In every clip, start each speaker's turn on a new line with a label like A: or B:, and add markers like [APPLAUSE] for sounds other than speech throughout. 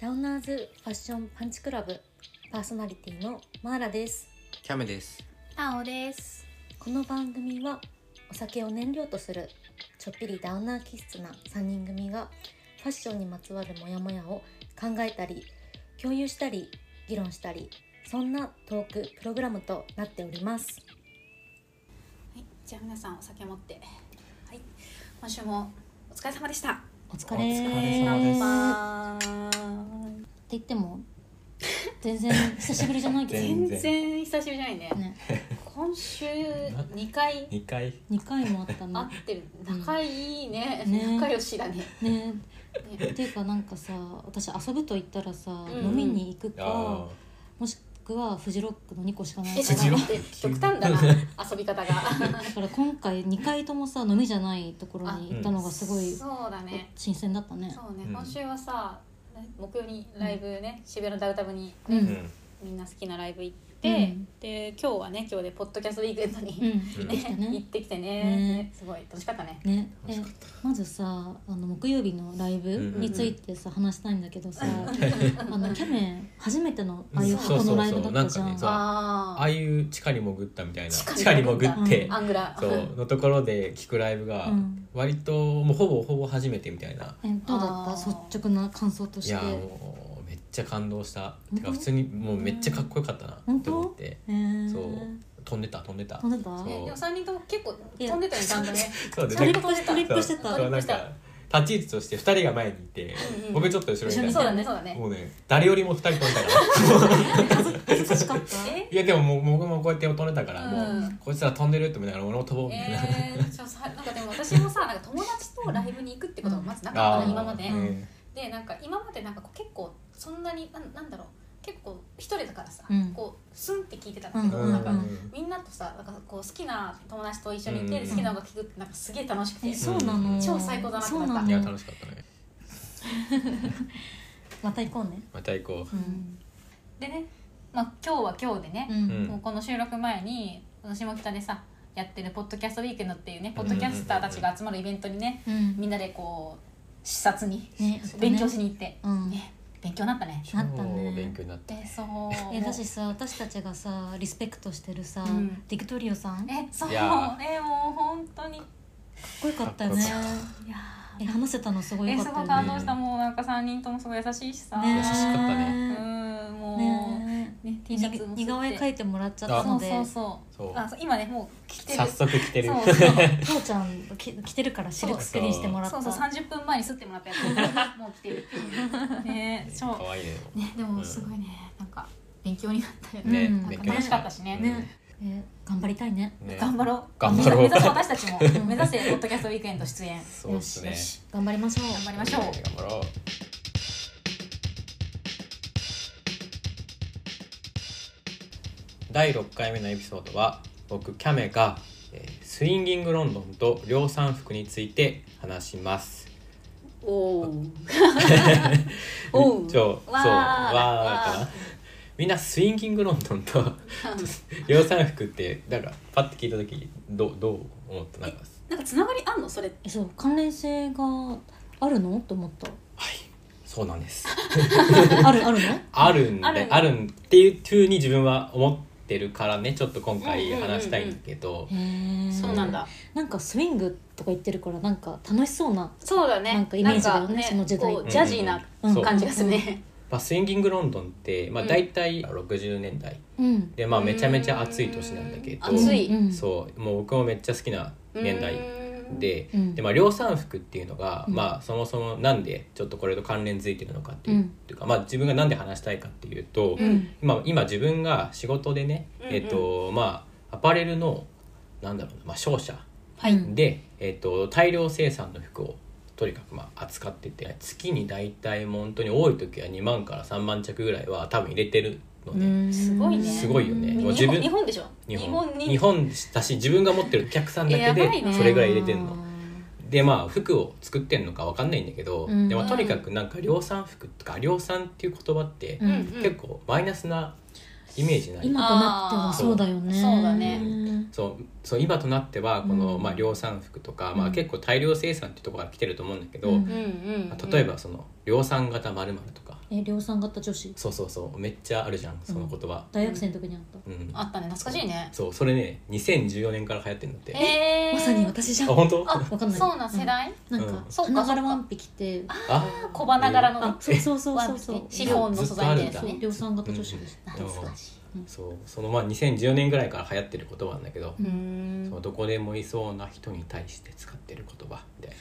A: ラウナーズファッションパンチクラブパーソナリティのマーラです
B: キャメです。
C: あおです。
A: この番組はお酒を燃料とするちょっぴりダウナー気質な3人組がファッションにまつわるモヤモヤを考えたり共有したり議論したりそんなトークプログラムとなっております
C: はい、じゃあ皆さんお酒持って。はい、今週もお疲れ様でした。
A: お疲れ
B: お疲れ様で
A: っ
B: す
A: て
C: あー
A: 言っても全然久しぶりじゃないけど
C: 全然久しぶりじゃないね。
A: ね
C: 今週二回
B: 二回。
A: 2回もあった
C: 会っ
A: な
C: てる。仲いいね。
A: ね
C: 仲良しだね。
A: ね
C: ね
A: っていうかなんかさ私遊ぶと言ったらさ、
C: うん
A: 飲みに行く
B: あ
A: かもしくはフジロックの2個しかない
C: え、
A: か
C: ちょっ
A: ら
C: と
B: 藤
C: 待って、極端だな。遊
A: [LAUGHS]
C: び方が。
A: だから今回2回ともさ飲みじゃないところに行ったのがすごい
C: そうだね。
A: 新鮮だったね
C: そうね。
B: うん
C: 今週はさ、木曜にライブね、渋谷のダウタブに
A: う
B: あ。うんん。
C: みんな好きなライブ行って、
A: うん
C: で今日はね今日でポッドキャストウィークエンドに、
A: うん、
B: うん
A: できた
C: 行っ
A: ね
C: てきてね
A: ね
C: ねすごい楽しかったね
A: ね
B: 楽
A: え
B: しかっ
A: まずさあの木曜日のライブについてさ、話したいんだけどさ、あのキャメ初めてのああいう箱のライブだったじゃ
B: うん
A: ん
B: そうそうそうなんかねそうあ
C: あ
B: あいう地下に潜ったみたいな
C: 地
B: 地
C: 下
B: 下
C: に
B: に潜って、
C: あアングラ
B: そうのところで聞くライブが
A: うん
B: 割ともうほぼほぼ初めてみたいな、
A: えどうだった
C: あー
A: 率直な感想とし
B: い
A: て
B: やもうめっちゃ感動した
A: 本当
B: てか普通にもうめっちゃかっこよかったな
A: 本
B: と
A: 当
B: 思って
A: えー、
B: そう飛んでた飛んでた
A: 飛んでた
B: そう
C: [LAUGHS] ねでも三人とも結構飛んでたよねちゃんとね
B: そうで
A: トリ
B: なん
A: ッ
B: か
A: プトリップしてた
B: そうなんか立ち位置として2人が前にいて、
C: うんうん
B: 僕ちょっと後ろにいた
C: そうだねそうだね
B: もうね誰よりも2人飛んだから [LAUGHS]
A: 優しかった
C: え
B: いやでももう僕もこうやって飛んでたから、
C: う
B: も
C: ん
B: うこいつら飛んでるって思いながら俺も飛ぼうみたいな、
C: えー、ちょさなんかでも私もさなんか友達とライブに行くってことがまずなかっ
B: ー
C: たの今まで、
B: うん
C: でなんか今までなんかこう結構そんなになんなんだろう結構一人だからさ、
A: うん
C: こうスンって聞いてたんだけど、
A: うん
C: なんか
A: うん
C: みんなとさなんかこう好きな友達と一緒にいて、
B: うん
C: 好きな音楽聴くってなんかすげえ楽しくて
A: えそうなの、
B: うん
C: 超最高だなって
A: そ
C: 思
A: う
C: った
A: ない
B: や
A: の
B: 楽しかったね
A: また行こうね
B: また行こう
A: うん
C: でね、まあ、今日は今日でね、
B: うん
C: もうこの収録前にこの下北でさやってる「ポッドキャストウィークエンド」っていうね
B: う
C: ポ
B: ん
C: ッドキャスターたちが集まるイベントにね
A: うん
C: みんなでこう視察に
A: ね
C: 勉強しに行って、
A: うん
C: ね、勉強になったね。
A: なったね
B: 超勉強になった
C: でそう
A: えだしさ私たちがさリスペクトしてるさ、
C: うん
A: ディクトリオさんかっ
C: えそう
B: いや
C: えもう本当にい
A: こよかったよね
B: かっこよか
C: や
A: え話せたのすごい
C: え
A: よ
C: す
A: かっ
C: ごい
A: たよ
C: 感
A: ね
C: 動したもうなんか3人ともすごい優しいしさ、
A: ね
B: 優しかった
C: う
B: ね
C: んもう、
A: ね
C: ね
A: え
C: T シャツも
A: 似顔絵描
C: い
A: いてもらっちゃった
C: そ
A: の
C: う
A: で
C: そうそう
B: そう
C: あそう今ねもう着てる
B: 早速来てる
C: そうそう
A: 父ちゃんき着てるからシルクスクリーンしてもらった
C: そうそう三十分前に吸ってもらったや [LAUGHS] つもう来てる。ねえ、
B: か
C: 超
B: わいいね
C: ねでもすごいねなんか勉強になったよね。
B: ね
A: うん
B: 勉強
C: なんか楽しかったしね
A: ねえ頑張りたいね
B: うんね
C: 頑張ろう。
B: 頑張ろう
C: 目指す私たちも目指せポッドキャストウィークエンド出演。
B: そうっすね
A: よしよし頑張りましょう
C: 頑張りましょ
B: [LAUGHS]
C: う
B: ね頑張ろう第6回目のエピソードは僕キャメが、えースインギングロンドンと量産服について話します
C: おお。おう
B: ちょそうわーか
C: わーわー
B: なみんなスインギングロンドン
C: [LAUGHS]
B: と量産服ってなんかパッて聞いた時どうどう思ったなんか
C: なんかつながりあんのそれ？
A: えそう関連性があるのと思った
B: [LAUGHS] はいそうなんです
A: あるあるの
B: あるんで
C: ある
B: あるんっていうふうに自分は思ってるからねちょっと今
C: うん
B: 回
C: うんうんうん
B: 話したいんだけど、
A: へえ
B: そうなんだ。
A: なんかスイングとか言ってるからなんか楽しそうな
C: そうだね。
A: なんかイメージだよね
C: なんか
A: その時代
C: こ
A: っ
C: う
A: て
C: ジャジーな
A: うん
B: そう
C: 感じがするね。
B: まあ、スインギングロンドンって、まあ、
C: うん
B: 大体60年代
A: うん
B: で、まあ、めちゃめちゃ暑い年なんだけど
C: うん暑い
A: うん
B: そうもう僕もめっちゃ好きな年代
C: うん。
B: で
A: うん
B: で、まあ、量産服っていうのが、
A: うん
B: まあ、そもそもなんでちょっとこれと関連づいてるのかっていう,、
A: うん
B: っていうか、まあ、自分がなんで話したいかっていうと、
C: うん
B: 今今自分が仕事でね、えっとまあ、アパレルのなんだろうな、まあ、商社
A: はい
B: で、えっと大量生産の服をとにかくまあ扱ってて月に大体もう本当に多い時は2万から3万着ぐらいは多分入れてるので、
C: すごいね
B: すごいよねもう自
C: 日本
B: 分
C: 日本でしょ。
B: 日本
C: に
B: 日本だし自分が持ってるお客さんだけ
C: えやばい
B: で
C: ね
B: それぐらい入れてるの。でまあ服を作ってんのかわかんないんだけど、
A: うん
B: でまあ、とにかくなんか量産服とか量産っていう言葉って
A: うん
B: 結構マイナスなイメージない、
A: 今となってはそうだよね
C: そうだね
B: そうそう今となってはこの、
A: うん
B: まあ、量産服とか、ま
A: う
B: あ、
A: ん
B: 結構大量生産っていうところから来てると思うんだけど、
A: うん
C: うんうんうん
B: 例えばその量産型まるとか
A: え量産型女子
B: そうそうそうめっちゃあるじゃんその言葉、
A: 大学生の時にあった、
B: うん
C: あったね懐かしいね
B: そうそれね2014年から流行ってんだってあ
C: へえ
A: まさに私じゃん
B: 本当
C: あ
A: わかんない
C: そうなん世代
A: なん
B: うん
A: か
C: そうか
A: 花柄ワンピ着て
B: あ
C: 小花柄の
A: あそうそうそうそうそう
C: ワンピねシフォンの素材のやつ
A: そ
C: ね
A: う量産型女子です、
B: うん
C: 懐かしい
B: そうそのまあ2014年ぐらいから流行ってる言葉なんだけど、
C: うー
B: その
C: ん
B: どこでもいそうな人に対して使ってる言葉みたい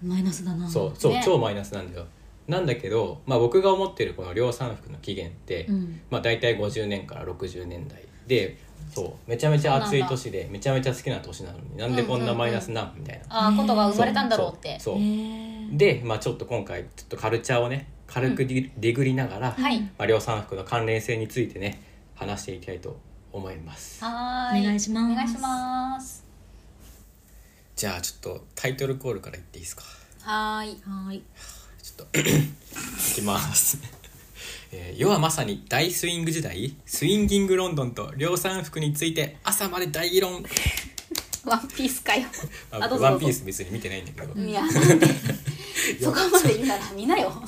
A: マイナスだな
B: なそうそう、
C: ね
B: 超マイナスなんだよなんだけど、まあ、僕が思ってるこの量産服の起源って、
A: うん
B: まあ、大体50年から60年代でそうめちゃめちゃ暑い年でめちゃめちゃ好きな年なのになんでこんなマイナスなん、みたいな
C: あーことが生まれたんだろうって
B: そう
A: へー
B: で、まあ、ちょっと今回ちょっとカルチャーをね軽くディディグりながら、
C: はい
B: まあ、量産服の関連性についてね話していきたいと思います
C: はー
A: お願いします
C: お願いします
B: じゃあちょっとタイトルコールからいっていいですか
C: はーい
A: はーい
B: ちょっと [COUGHS] いきます、 [LAUGHS] えー世はまさに大スイング時代スインギングロンドンと量産服について朝まで大議論
C: ワンピースかよ
B: あ
C: あどうぞ
B: ワ
C: ど
B: ン
C: うぞ
B: ピース別に見てないんだけど、
C: いやな
B: [LAUGHS]
C: んでそこまで言うなら見なよ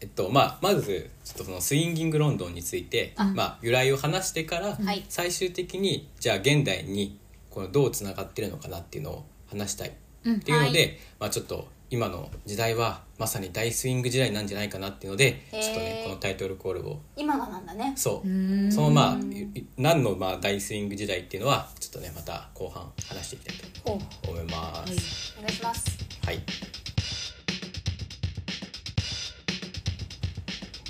B: えっとまあ、まずちょっとそのスインギングロンドンについて
A: あ
B: まあ、由来を話してから、
C: はい
B: 最終的にじゃあ現代にこのどうつながってるのかなっていうのを話したいっていうので、ま
C: は
B: あ、ちょっと今の時代はまさに大スイング時代なんじゃないかなっていうのでちょ
C: へー
B: っとねこのタイトルコールを
C: 今のなんだね
B: そうう
A: ーん
B: そのまあいい何のまあ大スイング時代っていうのはちょっとねまた後半話していきたい
C: おお
B: と思いま
A: はい
B: す。
C: 願いします
B: はい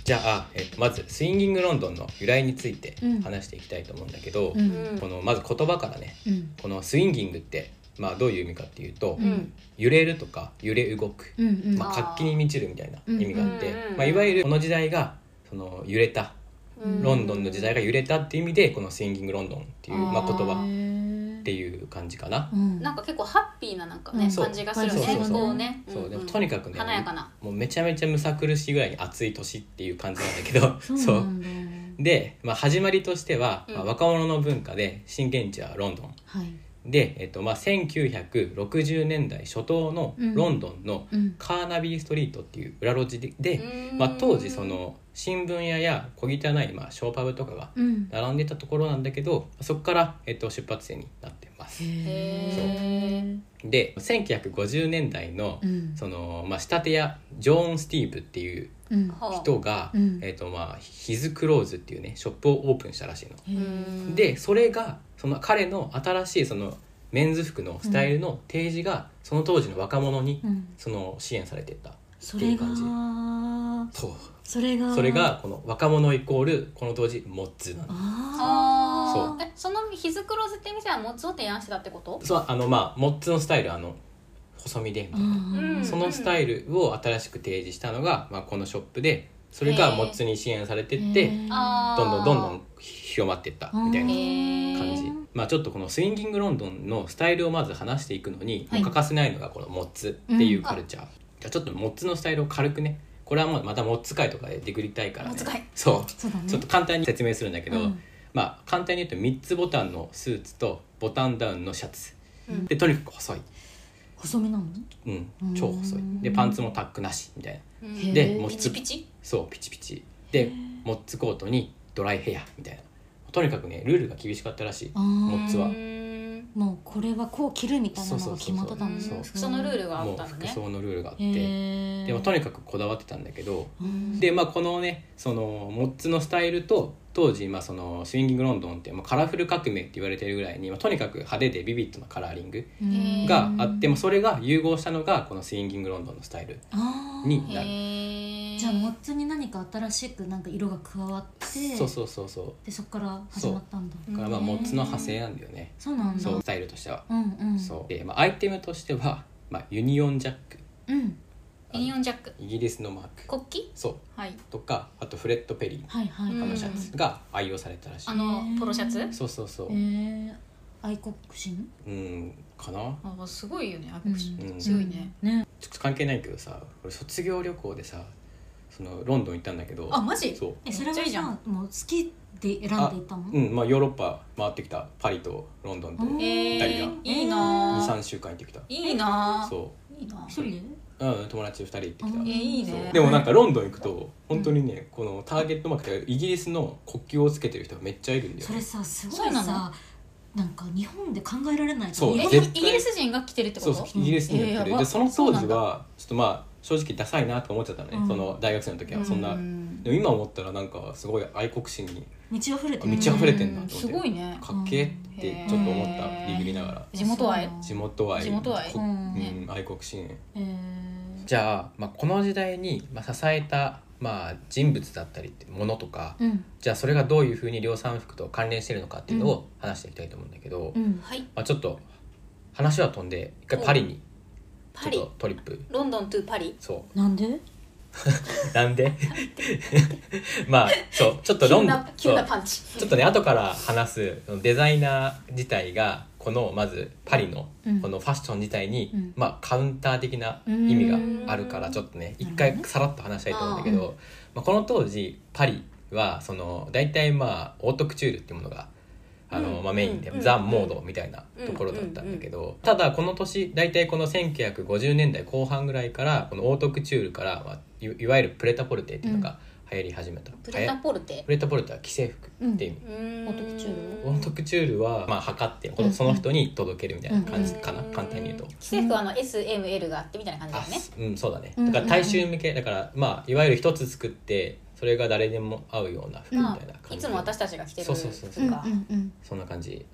B: じゃあえまずスインギングロンドンの由来について
A: うん
B: 話していきたいと思うんだけど、
A: う
C: うんん
B: このまず言葉からね
A: うん
B: このスインギングって、まあ、どういう意味かっていうと、
C: うん
B: 揺れるとか揺れ動く、
A: うんうん
B: まあ、活気に満ちるみたいな意味があって、
C: うん
B: まあ、いわゆるこの時代がその揺れた
C: うん
B: ロンドンの時代が揺れたっていう意味でこのスインギングロンドンっていう、まあ、言
C: あ
B: 葉
A: へー
B: っていう感じかな。
A: うん
C: なんか結構ハッピーななんか
A: う
C: ね
A: ん
B: そう
C: 感じがする
B: そうそう
C: ね
B: そう
C: こうね
B: そ
C: ん
B: うんでもとにかくね
C: 華やかな
B: もうめちゃめちゃむさ苦しいぐらいに暑い年っていう感じなんだけ
C: [LAUGHS]
B: ど
A: そうなんだ
B: そうで、まあ、始まりとしては、まあ、
C: うん
B: 若者の文化で震源地はロンドン
A: はい
B: で、えっとまあ、1960年代初頭の
A: うん
B: ロンドンの
A: うん
B: カーナビーストリートっていう裏路地で、
C: うん
B: まあ、当時その新聞屋や小汚い、まあ、ショーパブとかが
A: うん
B: 並んでたところなんだけどそこから、えっと、出発点になってます。
A: へー
B: で1950年代の
A: うん
B: その、まあ、仕立て屋ジョーン・スティーブっていう
A: うん
C: はあ
B: 人が、
A: うん
B: えっとまあ、ヒズクローズっていうねショップをオープンしたらしいの。
A: へー
C: うん
B: でそれがその彼の新しいそのメンズ服のスタイルの提示がその当時の若者に
A: うん
B: その支援されてった
A: それが
B: っていうそう
A: それが
B: それがこの若者イコールこの当時モッズなの
A: あ
C: あ
B: そう
C: ーえその日づくろずって店はもつを提案してたってこと
B: そうあのまあモッズのスタイルあの細身でみたいな
C: うん
B: そのスタイルを新しく提示したのが、まあ、このショップでそれがモッズに支援されてって
C: あー
B: どんどんどんどん広まってったみたいな
C: へー
B: 感じ、まあ、ちょっとこのスインギングロンドンのスタイルをまず話していくのに、
A: はい
B: 欠かせないのがこのモッツっていうカルチャー、じゃあちょっとモッツのスタイルを軽くねこれはもうまたモッツ界とかでデグりたいから、ね、
C: モッツ界
B: そう
A: そうだね
B: ちょっと簡単に説明するんだけど、
A: うん
B: まあ簡単に言うと3つボタンのスーツとボタンダウンのシャツ、
C: うん
B: でとにかく細い、
A: 細身なの
B: うん、超細
A: う
B: い
A: ん
B: でパンツもタックなしみたいな
C: うん
B: で
A: へー
B: もう
C: ピ
B: つ
C: チピチ
B: そうピチピチ
A: へ
B: で
A: ー
B: モッツコートにドライヘアみたいなとにかくねルールが厳しかったらしい
A: あー
B: モッツは
C: うん
A: もうこれはこう切るみたいなのが決まってたんです
B: そう
A: ね
C: 服装のルールがあ
B: も
C: っ
B: う
C: たの
B: 服
C: ね
B: 装のルールがあって、
A: へー
B: でもとにかくこだわってたんだけど
A: うん
B: でまあこのねそのモッツのスタイルと当時まあそのスインギングロンドンってまあカラフル革命って言われてるぐらいに、まあ、とにかく派手でビビッドなカラーリング
A: うん
B: があってもそれが融合したのがこのスインギングロンドンのスタイル
A: あー
B: になる
C: へー
A: じゃあモッツに何か新しくなんか色が加わって
B: そうそうそうそう
A: でそこから始まったんだ
B: だからまあモッツの派生
C: へ
B: なんだよね
A: そうなんだ
B: そううスタイルとしては、
A: んうん
B: そうで、まあ、アイテムとしては、まあ、ユニオンジャック
A: うん
C: ユニオンジャック
B: イギリスのマーク
C: 国旗
B: そう
C: はい
B: とかあとフレッド・ペリー
A: はいはい
B: あ
C: うん
B: のシャツが愛用されたらしい、
C: あのポロシャツ
B: そうそうそう、
A: へー愛国心
B: うんかな
C: あーすごいよねアクション
B: うん
C: すごいね
A: ね
B: ちょっと関係ないけどさ俺卒業旅行でさそのロンドン行ったんだけど
C: あマジ
B: そう
A: えそれは
C: めっちゃいいじゃ
A: さ
C: ん
A: もう好きで選んでいたの
B: うんまあヨーロッパ回ってきたパリとロンドンと
A: うん
C: え
B: イタリア
C: ーいいなー
B: 23週間行ってきた
C: いいなー
B: そ
C: いいなー
A: 一人で
B: ううん、友達2人行ってきた
A: う
C: え
A: ん
C: いい
B: そう
C: ね
B: でもなんかロンドン行くと本当にねこのターゲットマークってイギリスの国旗をつけてる人がめっちゃいるんだよ
A: それさすご
C: そ
A: いう
C: なの
A: さなんか日本で考えられない
B: そう
A: え
C: え
B: 絶対
C: イギリス人が来てるってこ
B: そ
C: と
B: うそうイギリスに
C: えー
B: 行っ
C: や
B: て
C: ば
B: るでその
C: そ
B: 当
C: うな
B: 時
C: んだ
B: はちょっとまあ正直ダサいなと思っちゃったのね、
A: うん
B: その大学生の時はそんな、
C: う
B: でも今思ったらなんかすごい愛国心に
A: 道溢れて
B: 道
A: る
B: 溢れてんだと思っ
C: う
B: て
C: すごいね
B: かっけえってちょっと思ったビビりながら
C: 地元愛
B: 地元愛
C: 地元
B: こ
C: 愛
A: う
B: うんん、愛国心
A: えー
B: じゃあ、まあ、この時代に、まあ、支えた、まあ、人物だったりってものとか、
A: うん
B: じゃあそれがどういうふうに量産服と関連してるのかっていうのを話していきたいと思うんだけど、
A: うん
C: はい
B: まあ、ちょっと話は飛んで一回パリにち
C: パ
B: ょっ
C: リ
B: とトリップ
C: ロンドンとパリ
B: そう
A: なんで
B: なんで [LAUGHS] まあそうちょっとロンド
C: 急な
B: ン
C: 急
B: そ
C: な
B: う
C: パンチ
B: ちょっとね後から話すそのデザイナー自体がこのまずパリの
A: うん
B: このファッション自体に、
A: うん
B: まあ、カウンター的な意味があるから
C: うん
B: ちょっとね
A: なる
B: 一
A: ほどね
B: 回さらっと話したいと思うんだけ
A: あ
B: ど、まあ、この当時パリはその大体まあオートクチュールっていうものがあの、
C: うん
B: まあ、メインで、
C: うん
B: ザ・モードみたいなところだったんだけど、ただこの年大体この1950年代後半ぐらいからこのオートクチュールから、まあ、いいわゆるプレタポルテっていうのが流行り始めた、
C: プレタ
B: はや
C: ポルテ
B: プレタポルテは既製服っていう意味、
C: うーん
A: オートクチュー
B: オートクチュールは、まあ、測ってこのその人に届けるみたいな感じかな、
C: うん
B: 簡単に言うと。
C: 既製服はあの SML があってみたいな感じだ
B: あ
C: よね
B: うんそうだね
A: うん
B: だから大衆向けだからまあいわゆる一つ作ってそれが誰でも合うような服みたいな
C: うん
B: 感
C: い
B: じ
C: つも私たちが着てる
B: そうそうそうそう
C: 服が
A: うんうん
B: そんな感じ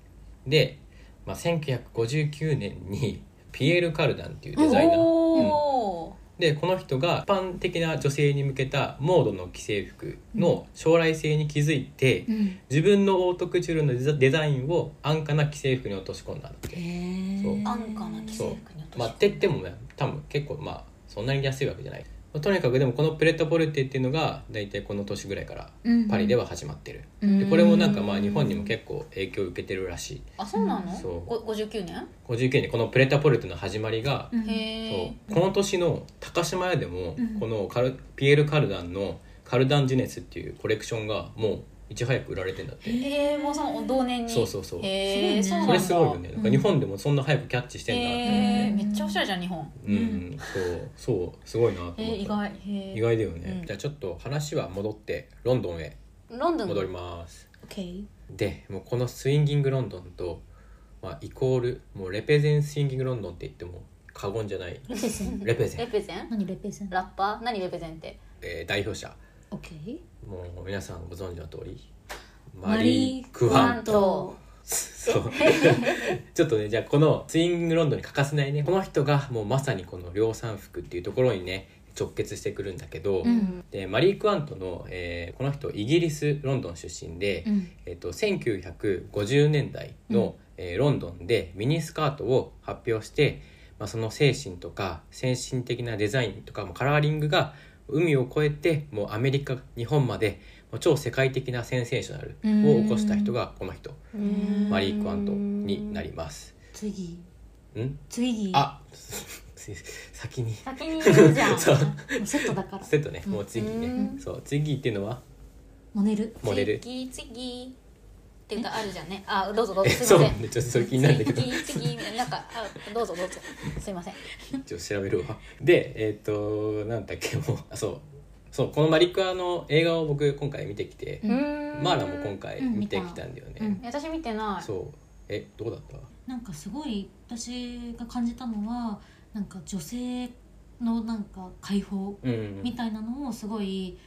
B: で、まあ、1959年にピエール・カルダンっていうデザイナー、うん
C: おー
B: でこの人が一般的な女性に向けたモードの既製服の将来性に気づいて
A: うん
B: 自分のオートクチュールのデザデザインを安価な既製服に落とし込んだんだって
A: へえ
B: そう
C: 安価な既製服に落とし込む
B: まあ、って言ってもね多分結構まあそんなに安いわけじゃない、まあとにかくでもこのプレッタポルテっていうのが大体この年ぐらいからパリでは始まってる、でこれもなんかまあ日本にも結構影響を受けてるらしい
C: あそうなの
B: そう
C: ご59年
B: 59年このプレッタポルテの始まりが、
A: 構
C: へ
B: そうこの年の高島屋でも
A: うん
B: このカルピエール・カルダンのカルダンジュネスっていうコレクションがもういち早く売られてんだって
A: へ
C: えへえもうその同年に
B: そうそうそう
C: へえ
A: す
C: そ
A: ご
C: う
A: い
C: なん
B: そ
C: だ
B: れすごいよねなんか日本でもそんな早くキャッチしてんだって思っ
C: へえ
B: て、
A: ん
C: めっちゃおしゃれじゃん日本
B: うんそうそうすごいなと思った、
C: えー、意外へー
B: 意外だよね、
C: うん
B: じゃあちょっと話は戻ってロンドンへ
C: ロンドン
B: 戻ります、
A: OK
B: でもうこのスインギングロンドンと、まあ、イコールもうレペゼンスインギングロンドンって言っても過言じゃな
A: レ
B: い
A: ペゼン
B: レペゼ
C: レ
B: ン、
C: ペゼン
A: 何レペゼン
C: ラッパー何レペゼンって
B: えー代表者
A: OK
B: もう皆さんご存知の通り
A: マリー
B: ク
A: ワ
B: ワ
A: ン
B: ン
A: ト
B: ト
A: と
B: [LAUGHS] そう [LAUGHS] ちょっとねじゃあこのスイングロンドンに欠かせないねこの人がもうまさにこの量産服っていうところにね直結してくるんだけど、
A: うん
B: でマリー・クワントの、えーこの人イギリスロンドン出身で、
A: うん
B: えっと、1950年代
A: うん
B: の、えーロンドンでミニスカートを発表して、まあ、その精神とか先進的なデザインとかもカラーリングが海を越えてもうアメリカ日本までもう超世界的なセンセーショナルを起こした人がこの人
A: うん
B: マリー・クワントになります。
A: 次
B: ん
A: 次
B: あ [LAUGHS] 先に
A: 先に言うじゃん
B: [LAUGHS] そう
A: もうセットだから
B: [LAUGHS] セットねもう次ね、
C: うん
B: そう次っていうのは
A: モネル
B: モデル
C: 次次って歌あるじゃんねあどうぞどう
B: え
C: ぞす
B: そ
C: いうま
B: な
C: せん
B: んでちょっとそれ気になるんだけど
C: 次次なんかあどうぞどうぞすいません
B: 一応調べるわでえっ、となんだっけもうあそうそうこのマリクアの映画を僕今回見てきて、
A: う
B: マーラも今回
A: うん
B: 見てきたんだよね、
A: うん
C: 私見てない
B: そうえどこだった
A: なんかすごい私が感じたのはなんか女性のなんか解放
B: うん、
A: みたいなのをすごい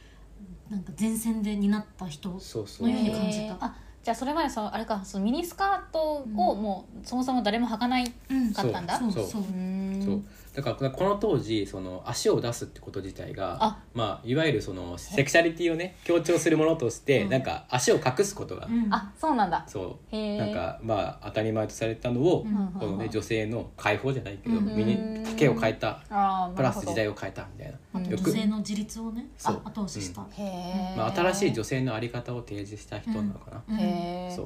A: なんか前線で担った人
B: そうそう
A: のように感じた
C: へーあじゃあそれまでそのあれかそのミニスカートをもうそもそも誰も履かない
A: うん
C: かったんだ
A: そう
B: そ
A: そうう
B: そ
A: そうう
B: そうだからこの当時その足を出すってこと自体が
C: あ
B: まあ、いわゆるそのセクシャリティをね強調するものとして、
A: うん
B: なんか足を隠すことが、
A: うん
C: あそうなんだ
B: そう
C: へえ
B: なんかまあ当たり前とされたのを、
A: うん
B: このね女性の解放じゃないけど、
A: うん
B: 身に丈を変えた
C: あー
B: プラス時代
C: を
B: を変えたみたいな
A: あと
B: よ
A: 女
B: く
A: 性の自立をねあ
B: そう
A: 後押しした、
C: へえ、
B: まあ、新しい女性の在り方を提示した人なのかな、
A: うん
C: へえ
B: そ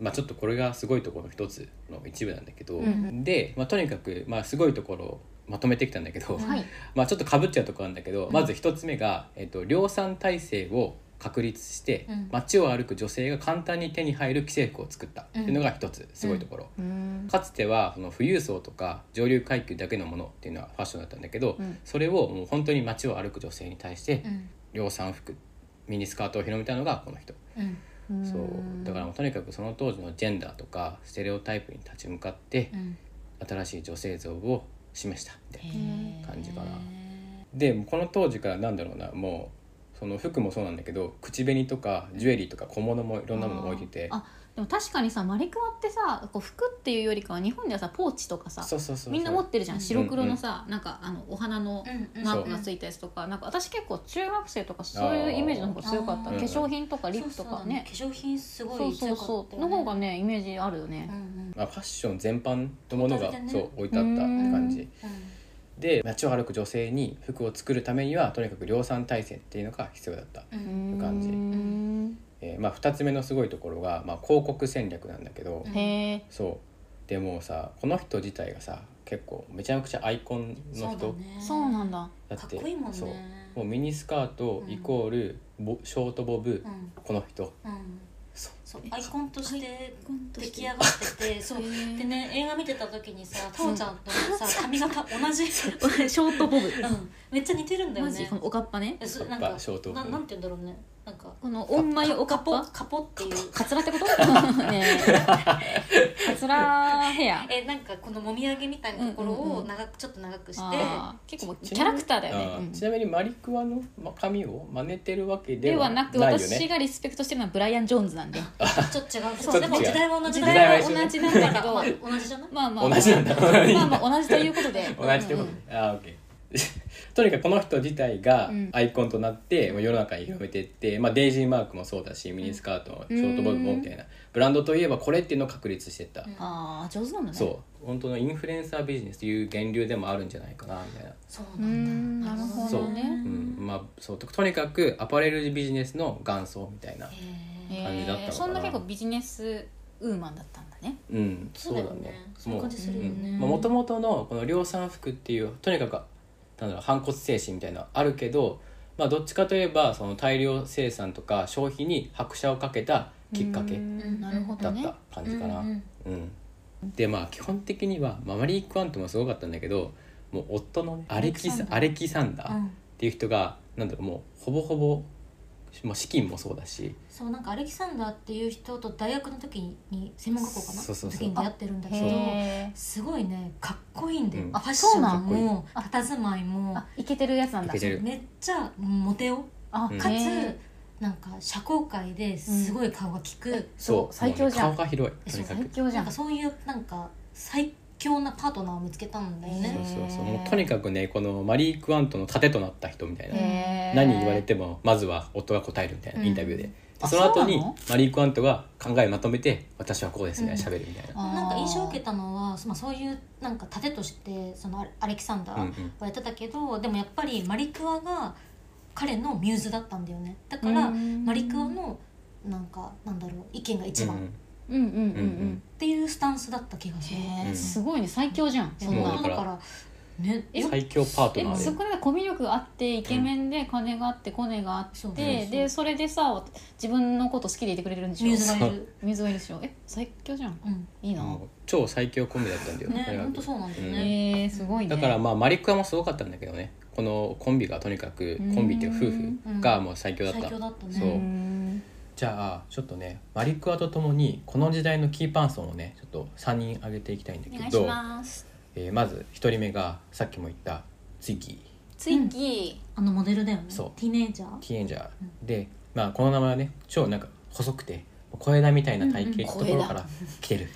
B: う、まあ、ちょっとこれがすごいところの一つの一部なんだけど、
C: うんうん
B: で、まあ、とにかく、まあ、すごいところをまとめてきたんだけど、
A: う
C: はい
B: まあ、ちょっとかぶっちゃうところなんだけど、まず一つ目が、えっと量産体制を確立して、
D: うん
B: 街を歩く女性が簡単に手に入る既製服を作ったっていうのが一つすごいところ、
D: うん
B: かつてはその富裕層とか上流階級だけのものっていうのはファッションだったんだけど、
D: うん
B: それをもう本当に街を歩く女性に対して
D: うん
B: 量産服ミニスカートを広めたのがこの人、
D: うん
B: そうだからも
D: う
B: うとにかくその当時のジェンダーとかステレオタイプに立ち向かって
D: ん
B: 新しい女性像を示したみたいな
D: へー
B: 感じかなでこの当時からなんだろうなもうその服もそうなんだけど口紅とかジュエリーとか小物もいろんなものを置いてて
E: あでも確かにさマリクワってさこう服っていうよりかは日本ではさポーチとかさ
B: そうそうそうそう
E: みんな持ってるじゃん
D: うん
E: 白黒のさ、なんかあのお花の
A: うん
E: マ
B: そ
E: ー
B: う
E: クがついたやつとか,、なんか私結構中学生とかそういうイメージの方が強かった
B: あ
E: 化
B: ー
E: 粧品とかリップと
A: そう
E: か
A: だね
E: ね
A: 化粧品すご
E: そ
A: いう
E: そ
A: 強
E: う
A: か
E: そ
A: った
E: う
A: よね
E: の方がねイメージあるよね
A: うん、うん
B: まあ、ファッション全般のものが、
A: トータルでね
B: そう置いてあったって感じ
A: うん
B: で街を歩く女性に服を作るためにはとにかく量産体制っていうのが必要だった、
A: う
E: うんん
B: 感じえーまあ、2つ目のすごいところが、まあ、広告戦略なんだけど、
A: うん
E: へえ
B: そうでもうさこの人自体がさ結構めちゃくちゃアイコン
A: そう
B: の
A: だ
B: 人
A: ね
E: そうなんだ
B: だ
A: かっこいいもんね
B: そうもうミニスカートイコールボ、ショートボブ、
A: うん
B: この人
A: うん
B: そう
A: そうアイコンとして出来上が
E: や
A: っててそう
E: へー
A: でね映画見てた時にさタオちゃんとさ髪型同じ、う
E: ショートボブ
A: ん、めっちゃ似てるんだよ
E: マジ
A: ね
E: このおかっぱね
A: えそうなん
B: カッ
A: か
B: パショート
A: ななんて言うんだろうねなんか
E: このオンマイおか
A: カ
E: っ
A: ポ
E: ぱ
A: カポっていう
E: カツラってこと
A: [LAUGHS]
E: ねえカツラヘア
A: えなんかこのもみあげみたいなところ
E: うんうん
A: を
E: うん
A: 長くちょっと長くして、
E: あー結構キャラクターだよね
B: あー
E: うん
B: ちなみにマリクワのま髪を真似てるわけ
E: で
B: では
E: は
B: な
E: ないく
B: よね
E: 私がリスペクトしてるのはブライアン・ジョーンズな
B: [LAUGHS]
E: んで
A: ちょっと違う
B: ちょ
A: そ
B: っ
A: う
B: と
A: で
B: 違
A: も時代
B: う
A: は同じ
E: 時
B: 代は
E: 代
B: 一緒
E: は同じなんだけ
A: だ
B: [LAUGHS]
E: ど
A: まあ同じじゃない
E: まあまあ
B: 同じなんだ
E: ま
B: [LAUGHS]
E: あまあ同じということで
B: 同じということで、ああーオッケ [LAUGHS] ーとにかくこの人自体が
E: うん
B: アイコンとなって、もう世の中に広めていって、まあ、デイジーマークもそうだしミニスカートもショートボブもみたいな、ブランドといえばこれっていうのを確立してった、
A: うん
E: ああ上手なんだね
B: そう本当のインフルエンサービジネスという源流でもあるんじゃないかなみたいな、
A: そう
E: うーん
A: なんだ
E: なるほ
B: ど
E: ね
B: うんまあ、そうととにかくアパレルビジネスの元祖みたいな、
A: へえ
B: 感じだったのかな
E: えーそんな結構ビジネスウーマンだったんだね
B: うん
A: そうだよねそうい
B: も
A: う
B: う
A: 感じするよね、
E: うん
B: もともとのこの量産服っていうとにかくなんだろう反骨精神みたいなのあるけど、まあ、どっちかといえばその大量生産とか消費に拍車をかけたきっかけ
E: うーんなるほ
B: だ
E: ど
B: っ
E: ね
B: た感じかな。
D: うんうん
B: うんでまあ基本的には、まあ、マリー・クワントもすごかったんだけどもう夫のねアレキサアレキサンダ
A: う
B: ーっ
A: ん
B: ていう人が、なんだろうもうほぼほぼもう資金もそうだし
A: そうなんかアレキサンダーっていう人と大学の時に専門学校かな
B: そうそうそう
A: 時に出会ってるんだけど
E: へえ
A: すごいねかっこいいんだよ、
B: うん
A: ファッション
E: あそうなん
A: も佇まいも
E: あいけてるやつなんだ
B: イケてる
A: めっちゃモテ男
E: あ
B: うん
A: かつ、
E: へー
A: なんか社交界ですごい顔が利く、
B: そう
E: 最強じゃ
B: もうね
E: ん
B: 顔が広いとにか
E: 最
B: く
E: 強じ
A: な
E: ゃ
A: ん
E: ん
A: かそういうなんか最強なパートナーを見つけたんだよ
B: そう
A: ね。
B: そうそうもうとにかくねこのマリー・クワントの盾となった人みたいな、
E: へー
B: 何言われてもまずは夫が答えるみたいなインタビューで、
E: あ
B: その後
E: そう
B: に
E: なの
B: マリー・クワントが考えまとめて「私はこうですね喋る」みたいな、
E: あー
A: なんか印象を受けたのはそ,、まあ、そういうなんか盾としてそのアレキサンダ
B: うんう
A: ー
B: ん
A: はやってたけど、でもやっぱりマリクワが彼のミューズだったんだよねだか
E: う
A: ら
E: ん
A: マリクワのなんかなんだろう意見が一番っ
E: うんうんうんう
B: うんうん
E: ん
A: ていうスタンスだった気がする。
E: へ
B: う
E: え
B: ん
E: すごいね最強じゃんそん
B: もう
E: な
B: だ
A: だ
B: か
A: かららね
E: え
A: よ
B: 最強パート
E: で
B: ナ
E: も
B: ーで
E: そこでコミュ力があってイケメンで金があってコネがあって、
A: そう
E: で
A: そう
E: それでさ自分のこと好きでいてくれるんでしょ
A: ミューズがいる。
E: 水がいるでしょえ最強じゃん
A: うん
E: いいな、
B: もう超最強コンビだったんだよ、
A: ね
B: とにかく
A: 本当そうなんだよ
E: え
A: ね。
E: ー、すごいね
B: だからまあマリックはもうすごかったんだけどねこのコンビがとにかく
E: うん
B: コンビっていうか夫婦がもう最強だった
A: 最強だったね
B: そう
E: うん
B: じゃあちょっとねマリックワとともにこの時代のキーパーソンをねちょっと3人挙げていきたいんだ
E: お願
B: け
E: いし
B: ど
E: ます
B: えーまず1人目がさっきも言ったツイキ
E: ツイッギ
A: あのモデルだよね
B: そう
A: ティーネイジャー
B: ーティーエンジャーで、まあ、この名前はね超なんか細くて小枝みたいな体型ってところから来てる、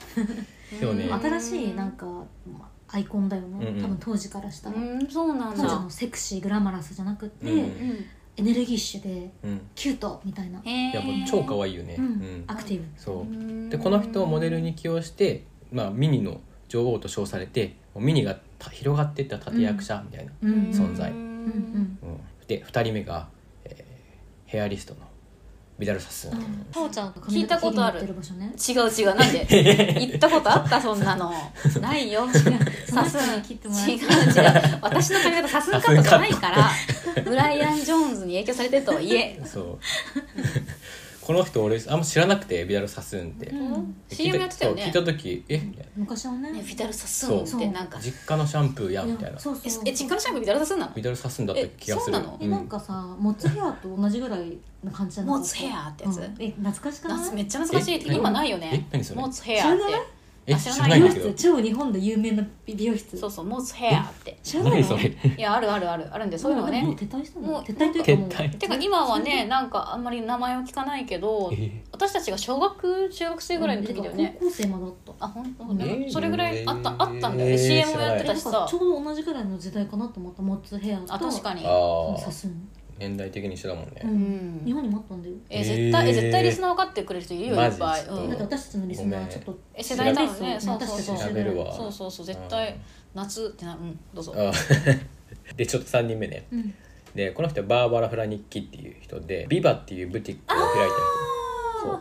E: ー
B: でもね
E: うん
A: 新しいなんかまアイコンだよね、
B: うんうん
A: 多分当時からしたら、
E: うんそうなん
A: 当時
E: だ
A: のセクシーグラマラスじゃなくて、
B: うん
E: うん
A: エネルギッシュで
B: うん、
A: キュートみたいな、
E: へえ
B: いやもう超可愛いよね、
A: うん
B: うん
A: アクティブ、
B: そう
E: う
B: でこの人をモデルに起用して、まあ、ミニの女王と称されてもうミニがた広がっていった立役者みたいな、
A: うん
B: 存在
A: うんうん
B: うんで2人目が、えーヘアリストのビダルサスーン、
A: タオちゃんが
E: 聞いたことある
A: 髪の毛切りになって場所ね
E: 違う違う
B: [LAUGHS]
E: なんで行ったことあったそんなのないよ
A: その人に切ってもらっ
E: 違う違う私の髪型サスンカットじゃないからブライアン・ジョーンズに影響されてるとはいえ
B: そう [LAUGHS] この人俺あんま知らなくてビダル・サスーンって、
F: うん
E: CM やってたよね
B: そう聞いた時えみたいな
A: [LAUGHS] 昔はね
E: ねビダルサスーンっ
A: そう
E: てなんか
B: 実家のシャンプーやみたいな
A: やそうそう
E: ええ実家のシャンプービダルサスーンなの
B: ビダル・サスーンだった気がする
E: えそうなの
A: えなんかさモッツヘアと同じぐらいの感じじゃない
E: モーツヘアってやつ、
A: うんえ懐かしくない
E: 夏めっちゃ懐かしいって
B: え
E: 今ないよ
B: え
E: ね
B: 何それ
E: モーツヘアって
A: 知らない
B: え
E: あ
B: 知
E: 知ら
B: らな
E: ないい
A: 美
B: んだ
A: 容
B: けど
A: 室超日本で有名な美容室
E: そうそうモーツヘアっ
A: [LAUGHS]
E: て
A: 知らない
B: 何
A: の [LAUGHS]
B: それ
E: いやあるあるあるあるんでそういうのが
A: もう
E: ね
A: 撤退した
E: も
A: の
E: う
A: 撤退というかも
B: 撤
A: う
B: 退
E: てか今はねなんかあんまり名前を聞かないけど
B: え
E: 私たちが小学中学生ぐらいの時だよね
A: 高校生まであった
E: あ本当
A: うん
E: なんかそれぐらいあった
B: えー
E: あったんだよ
B: えー
E: ね CM もやって
B: 知ら
E: た
B: な
E: し
A: なんか
E: さ
A: ちょうど同じぐらいの時代かなと思ったモッツヘアと
E: あ確かに
B: ーあ
A: さ
B: ー
A: すん
B: 年代的に一緒だもん
A: う
B: ね、
E: うん
A: 日
E: ん
A: 本にもあったんだよ
E: え絶対
B: え
E: え
B: ー
E: 絶対リスナー分かってくれる人いるよい
B: マ
E: っ
B: ジ
E: ぱい
B: ちょっと
A: だっ
E: う
A: て
E: ん
A: 私たちのリスナーはちょっと
E: え世代だもん
A: 世代
E: ね
A: ですよ
E: そうそうそう
A: 私たち
B: 調べるわ
E: そうそうそう絶対夏ってなうんどうぞ
B: あ [LAUGHS] ーでちょっと3人目ね
A: うん
B: でこの人はバーバラ・フラニッキっていう人でビバっていうブティックを開いた人そう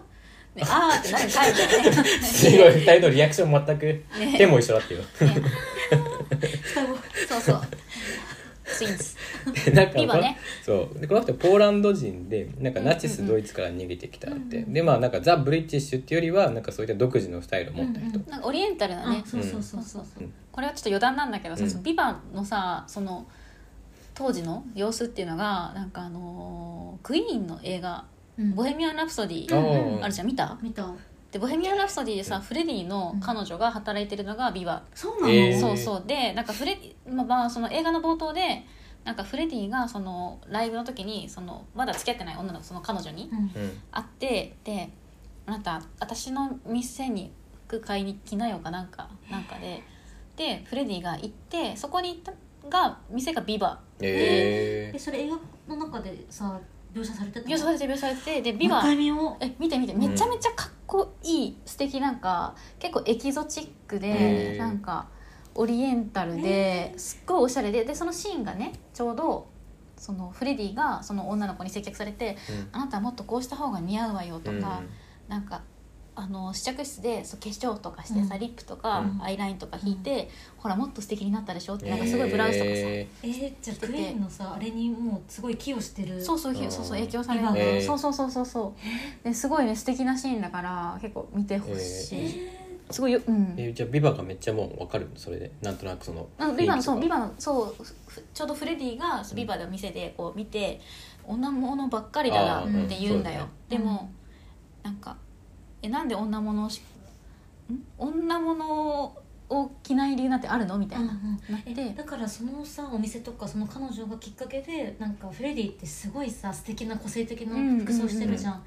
E: ねあーって何書いてあるね
B: すごい2人のリアクション全く
E: ね
B: 手も一緒だ
E: [LAUGHS]
B: ってよ
A: 双子
E: そうそうツインズ
B: でなんか
E: ビバね
B: そうでこの人ポーランド人でなんかナチスドイツから逃げてきたって、でまあなんかザ・ブリティッシュっていうよりはなんかそういった独自のスタイルを持った人、
A: うんうん
E: なんかオリエンタルな
A: あ
E: ね
A: そうそうそうそう
B: うん
E: これはちょっと余談なんだけどさ、
B: うん
E: そのビバンのさその当時の様子っていうのがなんかあのークイーンの映画
A: うん
E: 「ボヘミアン・ラプソディ」
B: あー
E: あるじゃん見た
A: 見た
E: でボヘミアン・ラプソディでさフレディの彼女が働いてるのがビバ、
A: そうなの
B: えー
E: そうそうでなんかフレディ、まあまあ、その映画の冒頭でなんかフレディがそのライブの時にそのまだ付き合ってない女の子その彼女に
A: うん
B: うん
E: 会ってで「あなた私の店に服買いに来なよ」かなんかなんかででフレディが行ってそこに行ったが店がビバ
B: え
A: えそれ映画の中でさ描写されてた
E: 描写されてる描写されててでビ
A: もう
E: バ
A: 一回見よう
E: え見て見てめちゃめちゃかっこいい素敵なんか結構エキゾチック
B: へ
E: で
B: ー
E: なんかオリエンタルですっごいおしゃれででそのシーンがねちょうどそのフレディがその女の子に接客され
B: ー
E: て「あなたはもっとこうした方が似合うわよ」と
B: うん
E: か、なんかあの試着室でそう化粧とかしてさ、
A: うん
E: リップとか、
B: うん
E: アイラインとか引いて、ほらもっと素敵になったでしょっ
B: う
E: て、
B: ん
E: なんかすごいブラウスとかさ、
B: え
A: えー、じゃあクイーンのさあれにもうすごい寄与してる
E: そうそう
B: うん
E: そうそう影響される、
A: 今
B: えー
E: そうそうそうそうそうですごいね素敵なシーンだから結構見てほしい、
A: え
E: すごいようん
B: ーえじゃあビバがめっちゃもう分かるのそれでなんとなくその
E: なんかビバのそうビ
B: バ
E: バのそうふふちょうどフレディがビバの店でこう見て、女物ばっかりだな
B: あ
E: っ
B: ー
E: て言うんだよ、
B: うん
E: でも、なんかえなんで女物をしん女物を着ない理由なんてあるのみた
A: ー、う
E: い
A: んう
E: な、
A: ん
E: なっ
A: え
E: て
A: だからそのさお店とかその彼女がきっかけでなんかフレディってすごいさ素敵な個性的な服装してるじゃん,、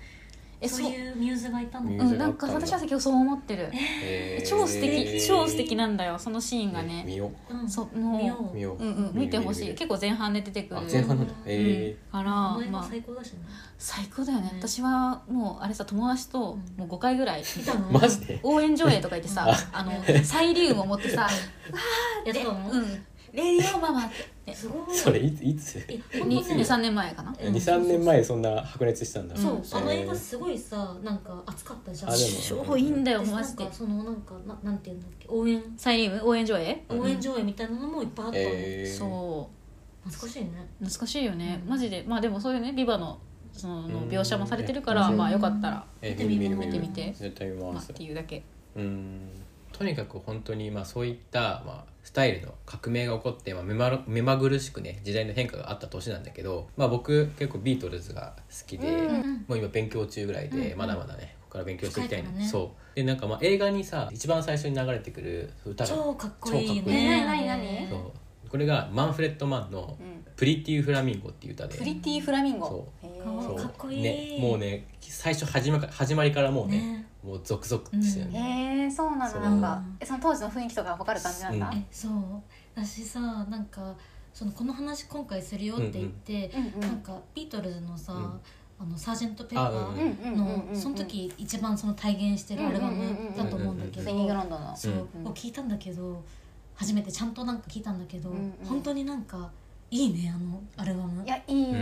E: え
A: そういうミューズがいたの、
B: ミュ
E: う
B: ー
E: ん
B: ズが
E: な
B: あ
E: ん
B: った
E: か
B: んだ
E: 私は今日そう思ってる、
B: えー
E: 超素敵超素敵なんだよそのシーンが
B: え
E: ね、
B: 見よ
A: うん、
E: そう
A: 見
E: も
A: よ
B: う
A: う
B: 見よ
E: う
B: う、
E: うんうん見てほ
B: 見
E: しい
B: る見る
E: 結構前半で出てくる
B: あ前半なんだ
A: うん
B: え
E: から
A: 名前
E: ま
A: も
E: あ
A: 最高だし
B: [LAUGHS]
A: ね、
E: 最高だよね、
A: ね
E: 私はもうあれさ友達ともう5回ぐらい
A: 見たの
B: ー、マジで
E: 応援上映とか言ってさあのサイリウムを持って
B: [LAUGHS]
E: さ
A: やってたの、
E: うんレディオママって
A: すごい
B: それいついつ
A: えほんとね
E: 23年前かな
A: うん
B: 23年前そんな白熱したんだ、
A: そう、
E: うん
A: あの映画すごいさなんか熱かったじゃん
B: あでも
E: 超いいんだよマジ
A: な
E: で
A: んかそのなんかななんていうんだっけ応援
E: サイリウム応援上映
B: うん
A: 応援上映みたいなのもいっぱいあったの、
B: えー、
E: そ
A: 懐かしいね
E: う懐かしいよね
A: うん
E: マジでまあでもそういうねビバのその
B: う
E: の
B: ん
E: 描写もされてるから
B: うん
E: まあよかったら
B: え
A: 見てみよう
E: 見てみて
B: 絶対見
E: ま
B: ま
E: あっ
B: す、
E: ていうだけ
B: うんとにかく本当にまあそういったまあスタイルの革命が起こって、まあ、目まろ目まぐるしくね時代の変化があった年なんだけど、まあ、僕結構ビートルズが好きで、
E: うん
B: もう今勉強中ぐらいで、
A: うん
B: まだまだねここから勉強していきたい
A: 深いか
B: の、
A: らね
B: そうでなんかまあ映画にさ一番最初に流れてくる歌が
A: 超かっこいい
B: 超かっこいい
A: ね。
E: 何何何
B: そうこれがマンフレッド・マンの「プリティ・フラミンゴ」っていう歌で
E: プリティフラミンゴ
B: そ
E: へえ
A: う
B: そう
A: かっこいい
B: ね、もうね最初始ま始まりからもうね
A: ね
B: もう続々してるね、
E: へえそうな
B: そ
E: の
B: う
E: なんかえその当時の雰囲気とかわかる感じなんだ
B: う
A: えそう私さなんかそのこの話今回するよって言って、
E: うん
A: なんかビートルズのさ、
B: うん
A: あのサージェント・ペッ
B: あ
A: パ
B: うん
A: ー
E: うんうんうんうん
A: の
E: うん
A: その時一番その体現してるアルバムだと思うんだけ
E: ス
A: ど、
E: イニングロンドンの
A: そう
E: うん
A: を聞いたんだけど初めてちゃんとなんか聞いたんだけど、
E: うんうん
A: 本当になんかいいねあのアルバム
E: いやいいよ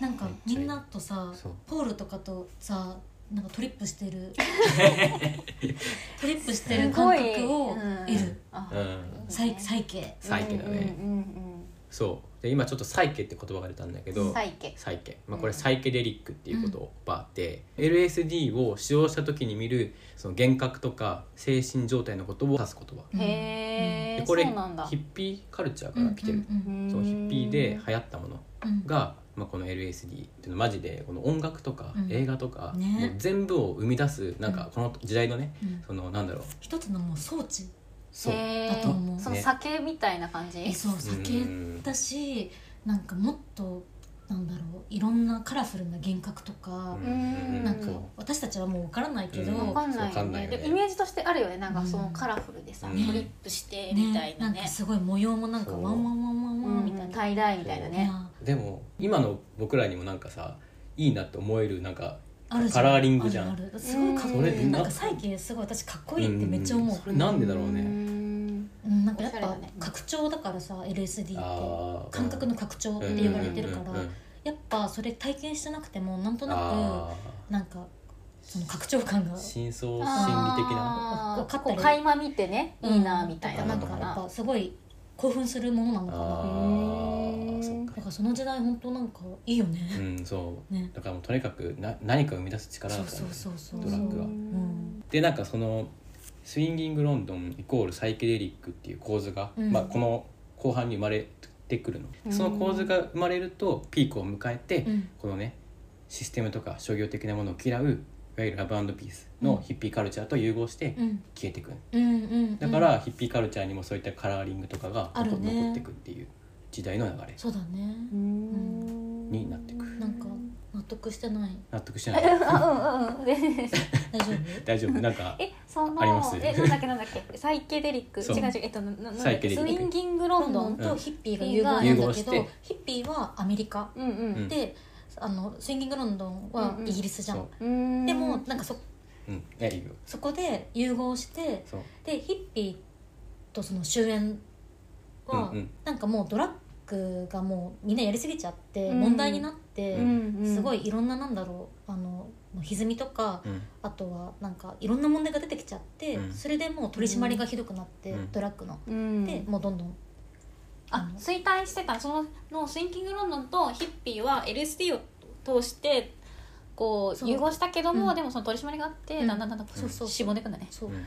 A: な
E: ね
A: んかみんなとさ
B: そう
A: ポールとかとさなんかトリップして
B: [LAUGHS]
A: るトリップしてる感覚を得る
E: あ
B: うん
A: 再再景
B: 最近だね、
E: うんうんうん
B: そうで今ちょっとサイケって言葉が出たんだけど
C: サイケ
B: サイケ、まあ、
C: うん
B: これサイケデリックっていうことをバーって、LSD を使用した時に見るその幻覚とか精神状態のことを指す言葉
A: うん
C: へえ
B: でこ
C: そ
B: れ
C: う
B: ヒ
C: なんだ
B: ッピーカルチャーから来てる、
A: うん
B: そのヒッピーで流行ったもの
A: うん
B: が、まあ、この LSD っていうのマジでこの音楽とか
A: うん
B: 映画とか、
A: ね
B: もう全部を生み出すなんかこの時代のね
A: うん
B: そのなんだろう
A: 一つのもう装置
B: そう
C: へ
A: だと
C: ー
A: 思う
C: その酒みたいな感じ、
A: えそう酒
B: うん
A: だしなんかもっとなんだろういろんなカラフルな幻覚とか、
C: うん
A: なんか
B: そう
A: 私たちはもう分からないけど、
B: うん
C: わかんない
B: わか
C: よ
B: んない
C: ね
B: よね
C: でイメージとしてあるよねなんかその
A: うん
C: カラフルでさ、
B: うん
C: トリップしてみたいな
A: ね
C: ね
A: んかすごい模様もなんか
B: そう
A: ワンワンワンワン
C: う
A: ワンみ
C: ん
A: たいな、
C: タイダイみたいなね
A: あ
B: でも今の僕らにもなんかさいいなって思えるなんか
A: あるじゃん
B: カラーリングじゃん
A: あるあるすごいかっこ
B: うん
A: い
B: それ
A: い
B: な
A: なんか最近すごい私かっこいいってめっちゃ思う
B: うん、それなんでだろうね
C: ね
A: うんなんかやっ
C: おしゃれ
A: ぱ
C: だね
A: 拡張だからさ LSD って
B: あー
A: 感覚の拡張って言われてるから、
B: うんうんうんうん
A: やっぱそれ体験してなくてもなんとな
B: あ
A: くなんかその拡張感が
B: ー深層心理的な
A: わか
C: こ
A: ったり
C: う垣間見てねいいなみたいな
A: うん
C: の
A: ん
C: か
A: かやっ
C: な
A: ぱすごい興奮するものなのか
B: あ
A: な
B: ーそっ
A: だ
B: か
A: からその時代本当なんかいいよ
B: う
A: ね、
B: んそう
A: ね
B: だからもうとにかくな何かを生み出す力だ
A: そ
B: と
A: う
B: 思
A: そうそうそう
B: ドラッグは
A: うん
B: でなんかそのスインギングロンドンイコールサイケデリックっていう構図が、
A: うん
B: まあ、この後半に生まれてくる
C: う
B: の
C: ん
B: その構図が生まれるとピークを迎えて、
A: うん
B: このねシステムとか商業的なものを嫌ういわゆるラブピースのヒッピーカルチャーと融合して
A: うん
B: 消えてくる、
A: うんうんうん
B: だからヒッピーカルチャーにもそういったカラーリングとかが
A: あ
B: 残,、
A: るね
B: 残ってくっていう時代の流れ
A: そうだね
C: うん
B: になってくる
A: なんか納得してない
B: 納得し
C: え
B: ない
C: うんうんうんで
A: 大丈夫
B: 大丈夫なんか
C: [LAUGHS] えその
B: あります
C: えなんだっけなんだっけサイケデリック
B: そう
C: 違う違うえっとなななん
B: サ
C: だ
B: イ
C: っ
B: ケ
C: け
B: デリッ
C: ス
B: ク
C: インギングロ
A: ロン
C: ンド
A: ドン
C: ン
A: とヒッピーが融合なん
B: 融合
A: だけ
B: し
A: ど、
B: て
A: ヒッピーはアメリカ、
C: うんうん
A: であのスインギングロンドンはイギリスじゃん、
B: そう
C: うん
A: でもなんかそ
B: うんえいいよ
A: そこで融合して
B: そう
A: でヒッピーとその終焉は、
B: うんうん
A: なんかもうドラッグがもうみんなやりすぎちゃって
C: うん
A: 問題になって、
C: うんうん
A: すごいいろんななんだろうあの歪みとか
B: うん
A: あとはなんかいろんな問題が出てきちゃって、
B: うん
A: それでもう取り締まりがひどくなって、
B: うん
A: ドラッグの。
C: うん
A: でもうどんどん
C: あ衰退してたそののスインキングロンドンとヒッピーは LSD を通してこ
A: そう
C: う融合したけども、
A: うん
C: でもその取り締まりがあって、
A: うん
C: だんだんだんだんこ
A: そうそう
C: しぼんでいくんだね、
A: そう、
B: うん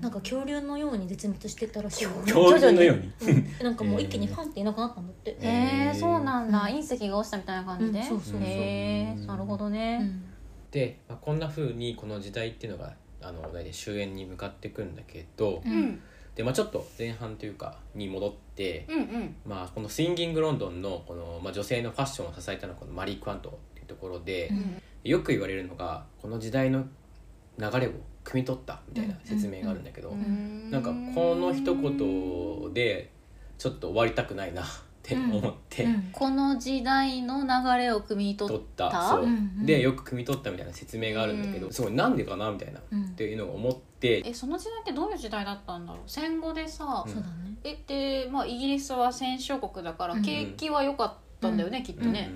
A: なんか恐竜のように絶滅してったらしいよ
B: 恐竜のように
A: うんなんかもう一気にファンっていなくなったんだって、
B: えー
C: へえそうなんだ、
A: うん
C: 隕石が落ちたみたいな感じで、
A: うんそうそうそう
C: へえなるほどね、
A: うん
B: で、まあ、こんな風にこの時代っていうのがあの大体終焉に向かってくるんだけど、
A: う
C: うんん、
B: でまあ、ちょっと前半というかに戻って、
C: うんうん
B: まあ、このスインギングロンドンのこの、まあ、女性のファッションを支えたのはこのマリー・クワントっていうところで
A: う、
B: よく言われるのがこの時代の流れを汲み取ったみたいな説明があるんだけど、
A: うんうん
C: うん
B: なんかこの一言でちょっと終わりたくないなって思って、
A: うん
C: この時代の流れを汲み取
B: 取
C: っ
B: った
C: た
B: そう、
A: うんうん
B: でよく汲み取ったみたいな説明があるんだけど、
C: うん
B: すごいなんでかなみたいなっ
A: うん
B: ていうのを思って
C: えその時代ってどういう時代だったんだろう戦後でさ、
B: うん
A: そうだね
C: えで、まあ、イギリスは戦勝国だから
A: うん
C: 景気は良かったんだよね、きっとね、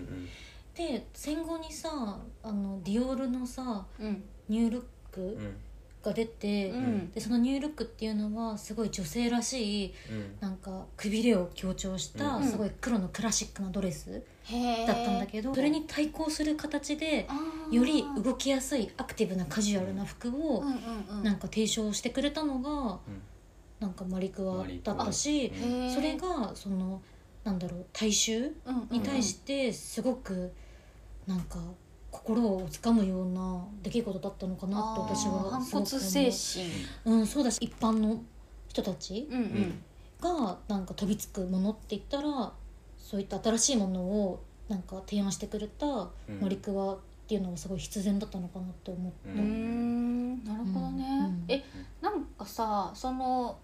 A: で戦後にさあのディオールのさ
C: うん
A: ニュールッ
B: うんうん
A: ク
B: うん
A: が出て、
C: うん
B: ん
A: でそのニュールックっていうのはすごい女性らしいなんかくびれを強調した、
B: うん
A: すごい黒のクラシックなドレス
C: へえ
A: だったんだけど、それに対抗する形でより動きやすいアクティブなカジュアルな服を
C: うんうんうん
A: なんか提唱してくれたのが
B: うん
A: なんかマリクワ
B: マリク
A: だ
B: ワ
A: ったし
B: うん
C: へー
A: それがそのなんだろう大衆
C: うんうん
A: に対してすごくなんか心をつかむような出来事だったのかなって私
C: あー
A: は
C: 反
A: すご
C: 骨
A: く思う
C: 精神
A: うん、そうだし一般の人たち
C: うんうん
A: がなんか飛びつくものって言ったらそういった新しいものをなんか提案してくれた
B: うん
A: マリクワっていうのはすごい必然だったのかなって思った。
B: うん
C: うーんなるほどね、
A: うん
C: えなんかさその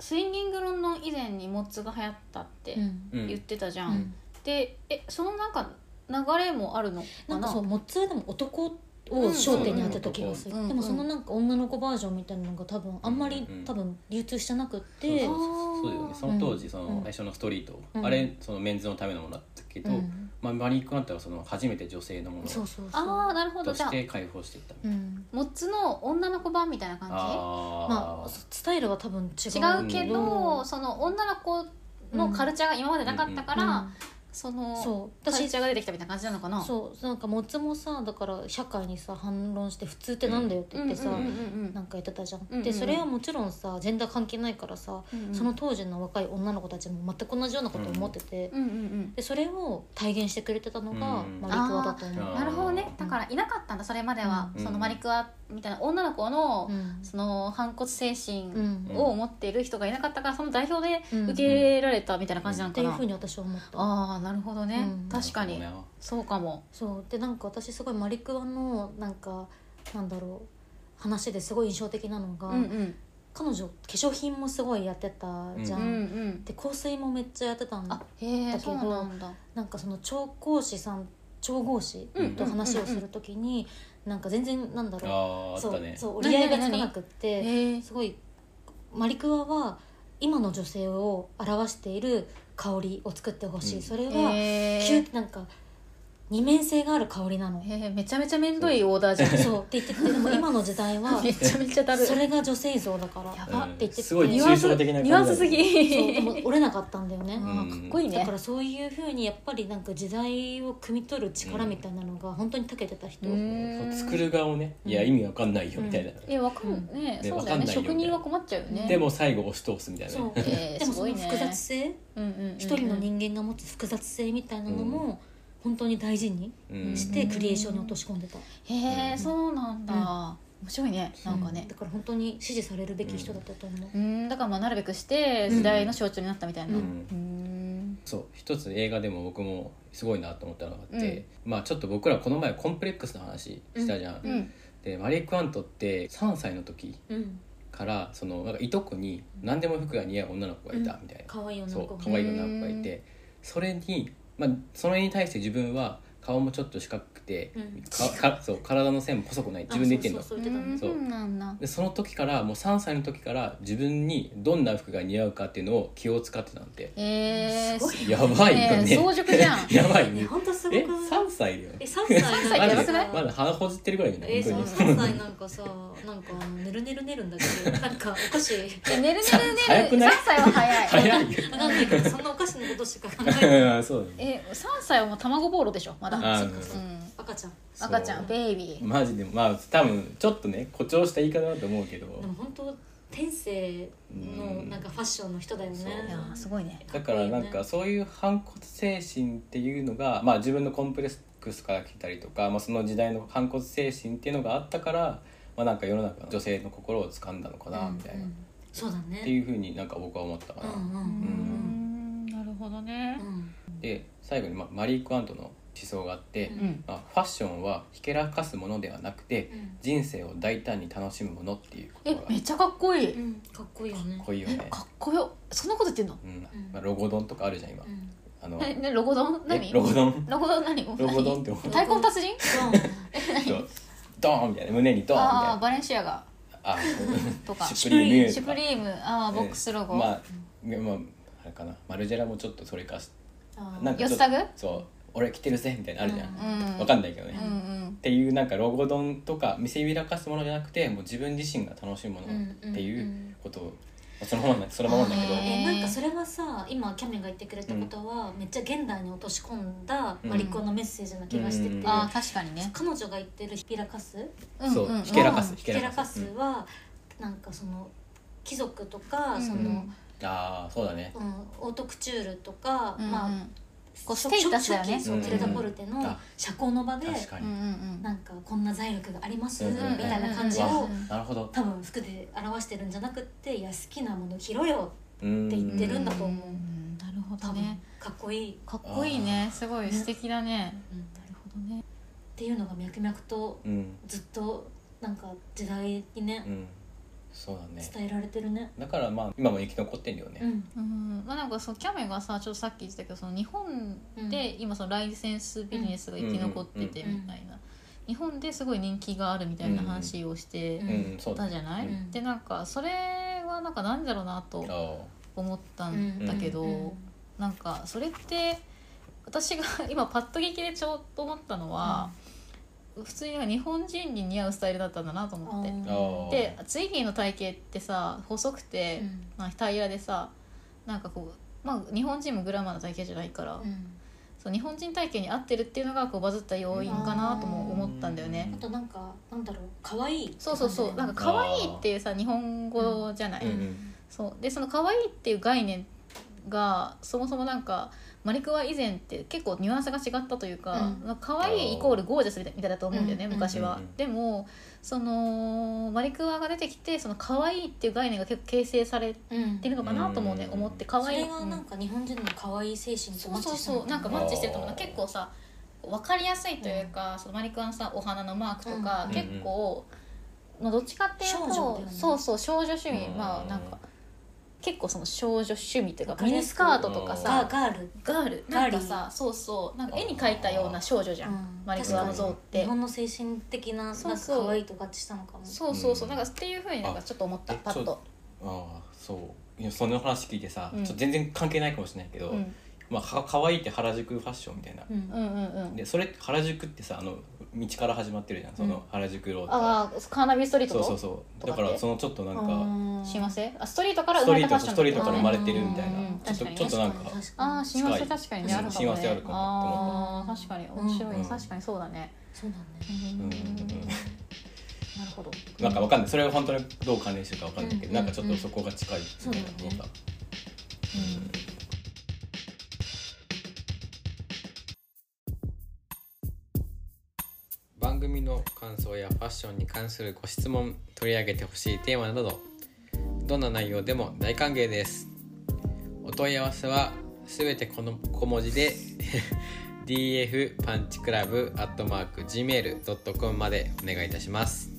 C: スインギングロンドン以前にモッツが流行ったって
A: うん
B: うん
C: 言ってたじゃん、
A: うん
C: でえそのなんか流れもあるのか
A: な
C: なん
A: かそうモッツはでも男を焦点に当てた気がする、
C: うんうん
A: でもそのなんか女の子バージョンみたいなのが多分あんまり多分流通してなくって、
B: そうそうそうだよねその当時その
A: うん
B: 最初のストリート、
A: うん
B: あれそのメンズのためのものだったけど、
A: うん
B: まあ、マリー・クワントはその初めて女性のもの
A: そうそうそう
C: ああなるほど
B: と
C: じゃ
B: し
C: あ
B: て解放していったみたい
A: うん、
C: モッツの女の子版みたいな
B: な
C: 感
B: あー
A: まあスタイルは多分違
C: じ違
A: う
C: うけど、その女の子
E: のカルチャーが今までなかったから、その
A: そう
E: カル
A: 私
E: チャーが出てきたみたいな感じなのかな
A: そうなんかモツもさだから社会にさ反論して普通ってなんだよって言ってさ、
E: うんうんうんうん
A: なんか言ってたじゃん、
E: うんうん
A: でそれはもちろんさジェンダー関係ないからさ、
E: うんうん
A: その当時の若い女の子たちも全く同じようなことを思ってて、
E: うんうん
A: でそれを体現してくれてたのが、
B: うん
A: マリクワだと思
E: う、
A: うん
E: なるほどねだからいなかったんだそれまでは、
B: うん
E: そのマリクワみたいな女の子の、
A: うん
E: その反骨精神
A: うん
B: うん
E: を持っている人がいなかったからその代表で
A: うん
E: 受け入れられたみたいな感じな
A: っ
E: の
A: て
E: か
A: いう
E: な、
A: ふうに私は思った
E: ああなるほどね、
A: うん
E: 確かに
B: なるほどね
E: そうかも
A: そうでなんか私すごいマリクワのなんかなんだろう話ですごい印象的なのが、
E: うんうん
A: 彼女化粧品もすごいやってたじゃ
E: うん
A: ん、
E: うん
A: で香水もめっちゃやってたん
E: あ
A: だ
E: へ
A: だ
E: え
A: けど
E: そうなんだ
A: なんかその調香師さん調合師
B: うん
A: と話をするときに、なんか全然なんだろう
B: あーあったね
A: そうそう折
E: 何
A: り合いがつかなくって、
E: へえ
A: すごいマリクワは今の女性を表している香りを作ってほしい、
B: うん
A: それは、
E: へ
A: きゅ
E: え
A: なんか二面性がある香りなの、
E: へえめちゃめちゃめんどいオーダーじゃん
A: そうって言っててでも今の時
E: [LAUGHS]
A: 代は
E: めちゃめちゃだるい
A: それが女性像だから
E: や
A: そ
E: ばっ
B: うん
E: て
A: 言って
B: すごい
A: ニ
B: 抽
A: ュ
B: 象的な感じ
E: ニュアンスすぎ
A: うでも折れなかったんだよね、
B: ん
E: あーかっこいいね
A: だからそういうふうにやっぱりなんか時代を汲み取る力みたいなのが本当に長けてた人、
E: うん
B: そう作る側をねいや意味わかんないよみたいな、
E: えわかん
B: ね
E: ねそうだよね
B: わかんないよ
E: 職人は困っちゃうよね
B: でも最後押し通すみたいな
A: そう
B: ね、
E: えー
A: でも
E: す
A: そ
E: ご
A: の
E: いね
A: 複雑性
E: うんうんうんうん
A: 一人の人間が持つ複雑性みたいなのも本当に大事に
B: うん
A: してクリエーションに落とし込んでた、
E: へ
B: う
E: え
B: ん
E: そうなんだ
A: うん
E: 面白いねなんかね
A: だから本当に支持されるべき人だったと思う、
E: うんだからまあなるべくして時代の象徴になったみたいな
A: う
E: うんん
B: そう一つ映画でも僕もすごいなと思ったのがあって、まあちょっと僕らこの前コンプレックスの話したじゃん、
E: うんうん
B: でマリー・クワントって3歳の時
A: うん、
B: からそのなんかいとこに何でも服が似合う女の子がいたみたいな、
A: 可愛い女
B: そ
A: の子
B: う
A: が
B: 可愛い女の子がいてそれに、まあ、それに対して自分は顔もちょっと四角くて、
A: うん
B: かかそう体の線も細くない自分で言ってんの
A: あそうそうそう言ってたね
B: そう
E: うんなんだ
B: でその時からもう3歳の時から自分にどんな服が似合うかっていうのを気を使ってたんで
E: えー
A: すごい
B: やばいよ
E: ね
B: ね
E: え早熟じゃ
B: [LAUGHS]
E: ん
B: やばい
A: い
B: ね
A: や本当すご
B: え
A: くない
B: 三3歳だよ
A: え三歳三
E: 歳って
B: マ
E: やば
B: ジ
E: く
B: で
E: ない
B: まだ鼻ほじってるぐらいだ
A: え
B: よ
A: そう
B: 本
A: 3歳なんかさなんかあのねるねるねるんだけどなんかおかしい
E: え寝る寝る寝
B: 早
E: る
B: く
E: 3
B: ない
E: 歳は
B: 当
E: 早い
B: に早いよ
A: わかんないけどそんなおかしなことしか考えてない
B: うん [LAUGHS] そうだね
E: え3歳はもう卵ボーロでしょまだ
B: あ
A: そ
B: の
A: っかそっ
E: う
A: か
E: ん
A: 赤ちゃん
B: そう
E: 赤ちゃんベイビー
B: マジでまあ多分ちょっとね誇張した言い方だと思うけど
A: でも本当天性
B: う
A: の
B: ん
A: なんかファッションの人だよね
B: そう
E: いやーすごいね
B: だからなんかそういう反骨精神っていうのが、まあ、自分のコンプレックスから来たりとか、まあ、その時代の反骨精神っていうのがあったから、まあ、なんか世の中の女性の心を掴んだのかなみたいな、
E: うんう
B: っ
E: ん
A: そうだね
B: ていうふうになんか僕は思ったか
A: う
B: な、
A: んうん
E: う
B: うん
E: んなるほど
A: う
E: ね
A: ん
B: で最後に、まあ、マリー・クワントの思想があって、
A: うん
E: うん
B: まあ、ファッションはひけらかすものではなくて
A: うん
B: 人生を大胆に楽しむものっていうこと
E: え
B: がか
E: めっちゃかっこいい
A: うんかっこいいよね
B: っこいいよね
E: かっこよそんなこと言ってんの
B: うん
A: うん
B: まあ、ロゴドンとかあるじゃん今、
A: う
B: [LAUGHS]
A: ん
B: あの
E: えねロゴ丼
B: え
E: 何
B: ロゴドン
E: ロゴ丼何もう
B: ロゴドン
E: 何
B: って思う
E: 太鼓の達人
B: そうドーンみたいな胸にドーンみたい
E: ああ
B: な
E: ーバレンシアガ
B: あ
E: とか
B: シュプリーム
E: シュプリームああボックスロゴ、
B: まあ、ねまあ、あれかなマルジェラもちょっとそれかし
A: あ
B: なんかちょっ
E: よ
B: と
E: っさぐ
B: そう俺着てるぜみたいなのあるじゃ、
A: うん
E: うん
B: わかんないけどね、
E: う
B: っ
E: ん
B: ていうなんかロゴ丼とか見せびらかすものじゃなくてもう自分自身が楽しむものっていうことを、そのままなそのままなんだけど、
E: へ
A: えなんかそれはさ今キャメンが言ってくれたことは、めっちゃ現代に落とし込んだマリコンのメッセージな気がしてて、
B: うん
E: うんああ確かにね
A: 彼女が言ってるひピラカス
E: うん
B: そう、
E: うん
B: ひけらかす
E: うん
B: ひ
A: ひ
B: け
A: ピラ
B: ら
A: カ
B: か
A: ス
B: す、うん
A: は、なんかその貴族とか、そ
E: うんう
A: の
E: ん、
B: ああそうだね
A: うん、オートクチュールとか、
E: うんうん
A: まあ
E: こうステータスだよね
A: 初期そう
B: うん
A: テレタポルテ
B: う
A: の
B: ん
A: 社交の場で
B: 確か
E: うんう
B: に、
E: ん
A: なんかこんな財力があります、
B: うん
A: みたいな感じ
B: うん
A: を
B: なるほど
A: 多分服で表してるんじゃなくって「いや好きなもの着ろよ
B: うん
A: って言
E: う
A: ってるんだと思うん
E: なるほ」
A: 多
E: ど
A: 分、
E: ね
A: かっこいい、
E: かっこいいねすごい素敵だね
A: うん
E: なるほどね
A: っていうのが脈々と
B: うん
A: ずっとなんか時代にね
B: う、んそうだね
A: 伝えられてるね。
B: だからまあ今も生き残ってんだよね、
A: うん
E: うんまあなんかそうキャメがさちょっとさっき言ってたけどその日本で今そのライセンスビジネスが生き残ってて
A: うん
E: みたいな日本ですごい人気があるみたいな話をして
A: うん
B: うんそうだ
E: た
B: ね
E: じゃない、
A: うん
E: でなんかそれはなんかなんだろうなと
B: あ
E: 思ったんだけど、
A: うん
E: なんかそれって私が今パッと聞きでちょっと思ったのは、普通になんか日本人に似合うスタイルだったんだなと思って。
B: あああ
E: でツイギーの体型ってさ細くて、
A: うん
E: まあ、平らでさなんかこう
C: ま
E: あ、日本人もグラマーな体型じゃないから、
A: うん
E: そう日本人体型に合ってるっていうのがこうバズった要因かなとも思ったんだよね
A: あとなんかなんだろう可愛いって
E: そ
A: 感
E: う
A: じ
E: そうそうなんか可愛いっていうさ日本語じゃない、そうでその可愛いっていう概念がそもそもなんかマリクワ以前って結構ニュアンスが違ったというか、
A: うん
E: なんか可愛いイコールゴージャスみたいだと思うんだよね、
A: うん
E: 昔は、
B: うんうん
E: でもそのマリクワが出てきてその可愛いっていう概念が結構形成され
A: うん
E: てるのかなともね、
B: うん
E: 思って可
A: そ
E: 愛い
A: れがなんか日本人の可愛い精神と
E: そ
A: マ
E: う
A: ッ
E: そ
A: チ
E: う
A: した
E: そうなんかマッチしてると思う
B: あ
E: な
B: ー
E: 結構さ分かりやすいというか、そのマリクワのさお花のマークとか、
A: うん
E: 結構、まあ、どっちかっていう
A: 少女だ
E: と
A: よ、ね
E: そうそう少女趣味、
B: うん
E: まあなんか結構その少女趣味というか
A: わか
E: ミ
A: りや
E: ニ
A: す
E: ス
A: く
E: カートとか
A: ガー
E: さ
A: ガール、
E: ガールなんかさそうそうなんか絵に描いたような少女じゃん、マリクワの像っ
A: 日
E: て。
A: 本の精神的ななんか
E: そうそう
A: 可愛いと合致したのかも
E: そうそうそううんなんかっていうふうになんかちょっと思った
B: あ
E: パッ
B: ちょ
E: と、
B: ああそういやその話聞いてさ、
E: うん
B: ちょっと全然関係ないかもしれないけど、
E: うん、
B: まあか可愛いって原宿ファッションみたいな、
A: うん
E: うんうんうん
B: でそれ原宿ってさあの道から始まってるじゃんその原宿ロードから、
E: ああカーナビストリート
B: そう
E: と
B: そうそう
E: とか
B: だか
E: って
B: らそのちょっとなんか
A: あー
E: 幸せあストリートから
B: ス
E: 生
B: ト
E: ま
B: リ
E: れ
B: ー
E: た
B: トとス
E: ファッションっ
B: ト
E: て
B: リー
E: こ
B: ト
E: と
B: から
E: ね
B: 生まれてるみたいな、
E: うんうん
B: ちょっと
E: 確かに
B: ちょっとなんか
A: 確に確
E: あ
A: か
E: あ
A: に
E: 親和
B: 近
E: 性
B: い
E: 確かにねあるか
B: 親
E: も
B: 和性ある
E: ね
B: かも
E: ああー確かに面白い、
B: うん
E: 確かにそうだね、
A: そうだね
E: うん
B: うんうん
E: なるほど
B: なんかわかんないそれは本当にどう関連してるかわかんないけど、
A: うん
B: なんかちょっとそこが近いみたいな思った、番組の感想やファッションに関するご質問取り上げてほしいテーマなどどんな内容でも大歓迎ですお問い合わせはすべてこの小文字で [LAUGHS] df パンチクラブアットマーク gmail.com までお願いいたします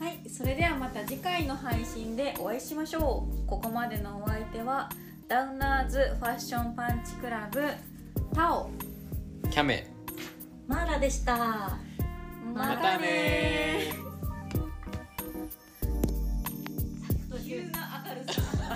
G: はい、それではまた次回の配信でお会いしましょう。ここまでのお相手はダウナーズファッションパンチクラブタオ。
B: キャメ
A: マーラでした
G: またね
B: ね
G: [LAUGHS] 急な明るさ。 [LAUGHS]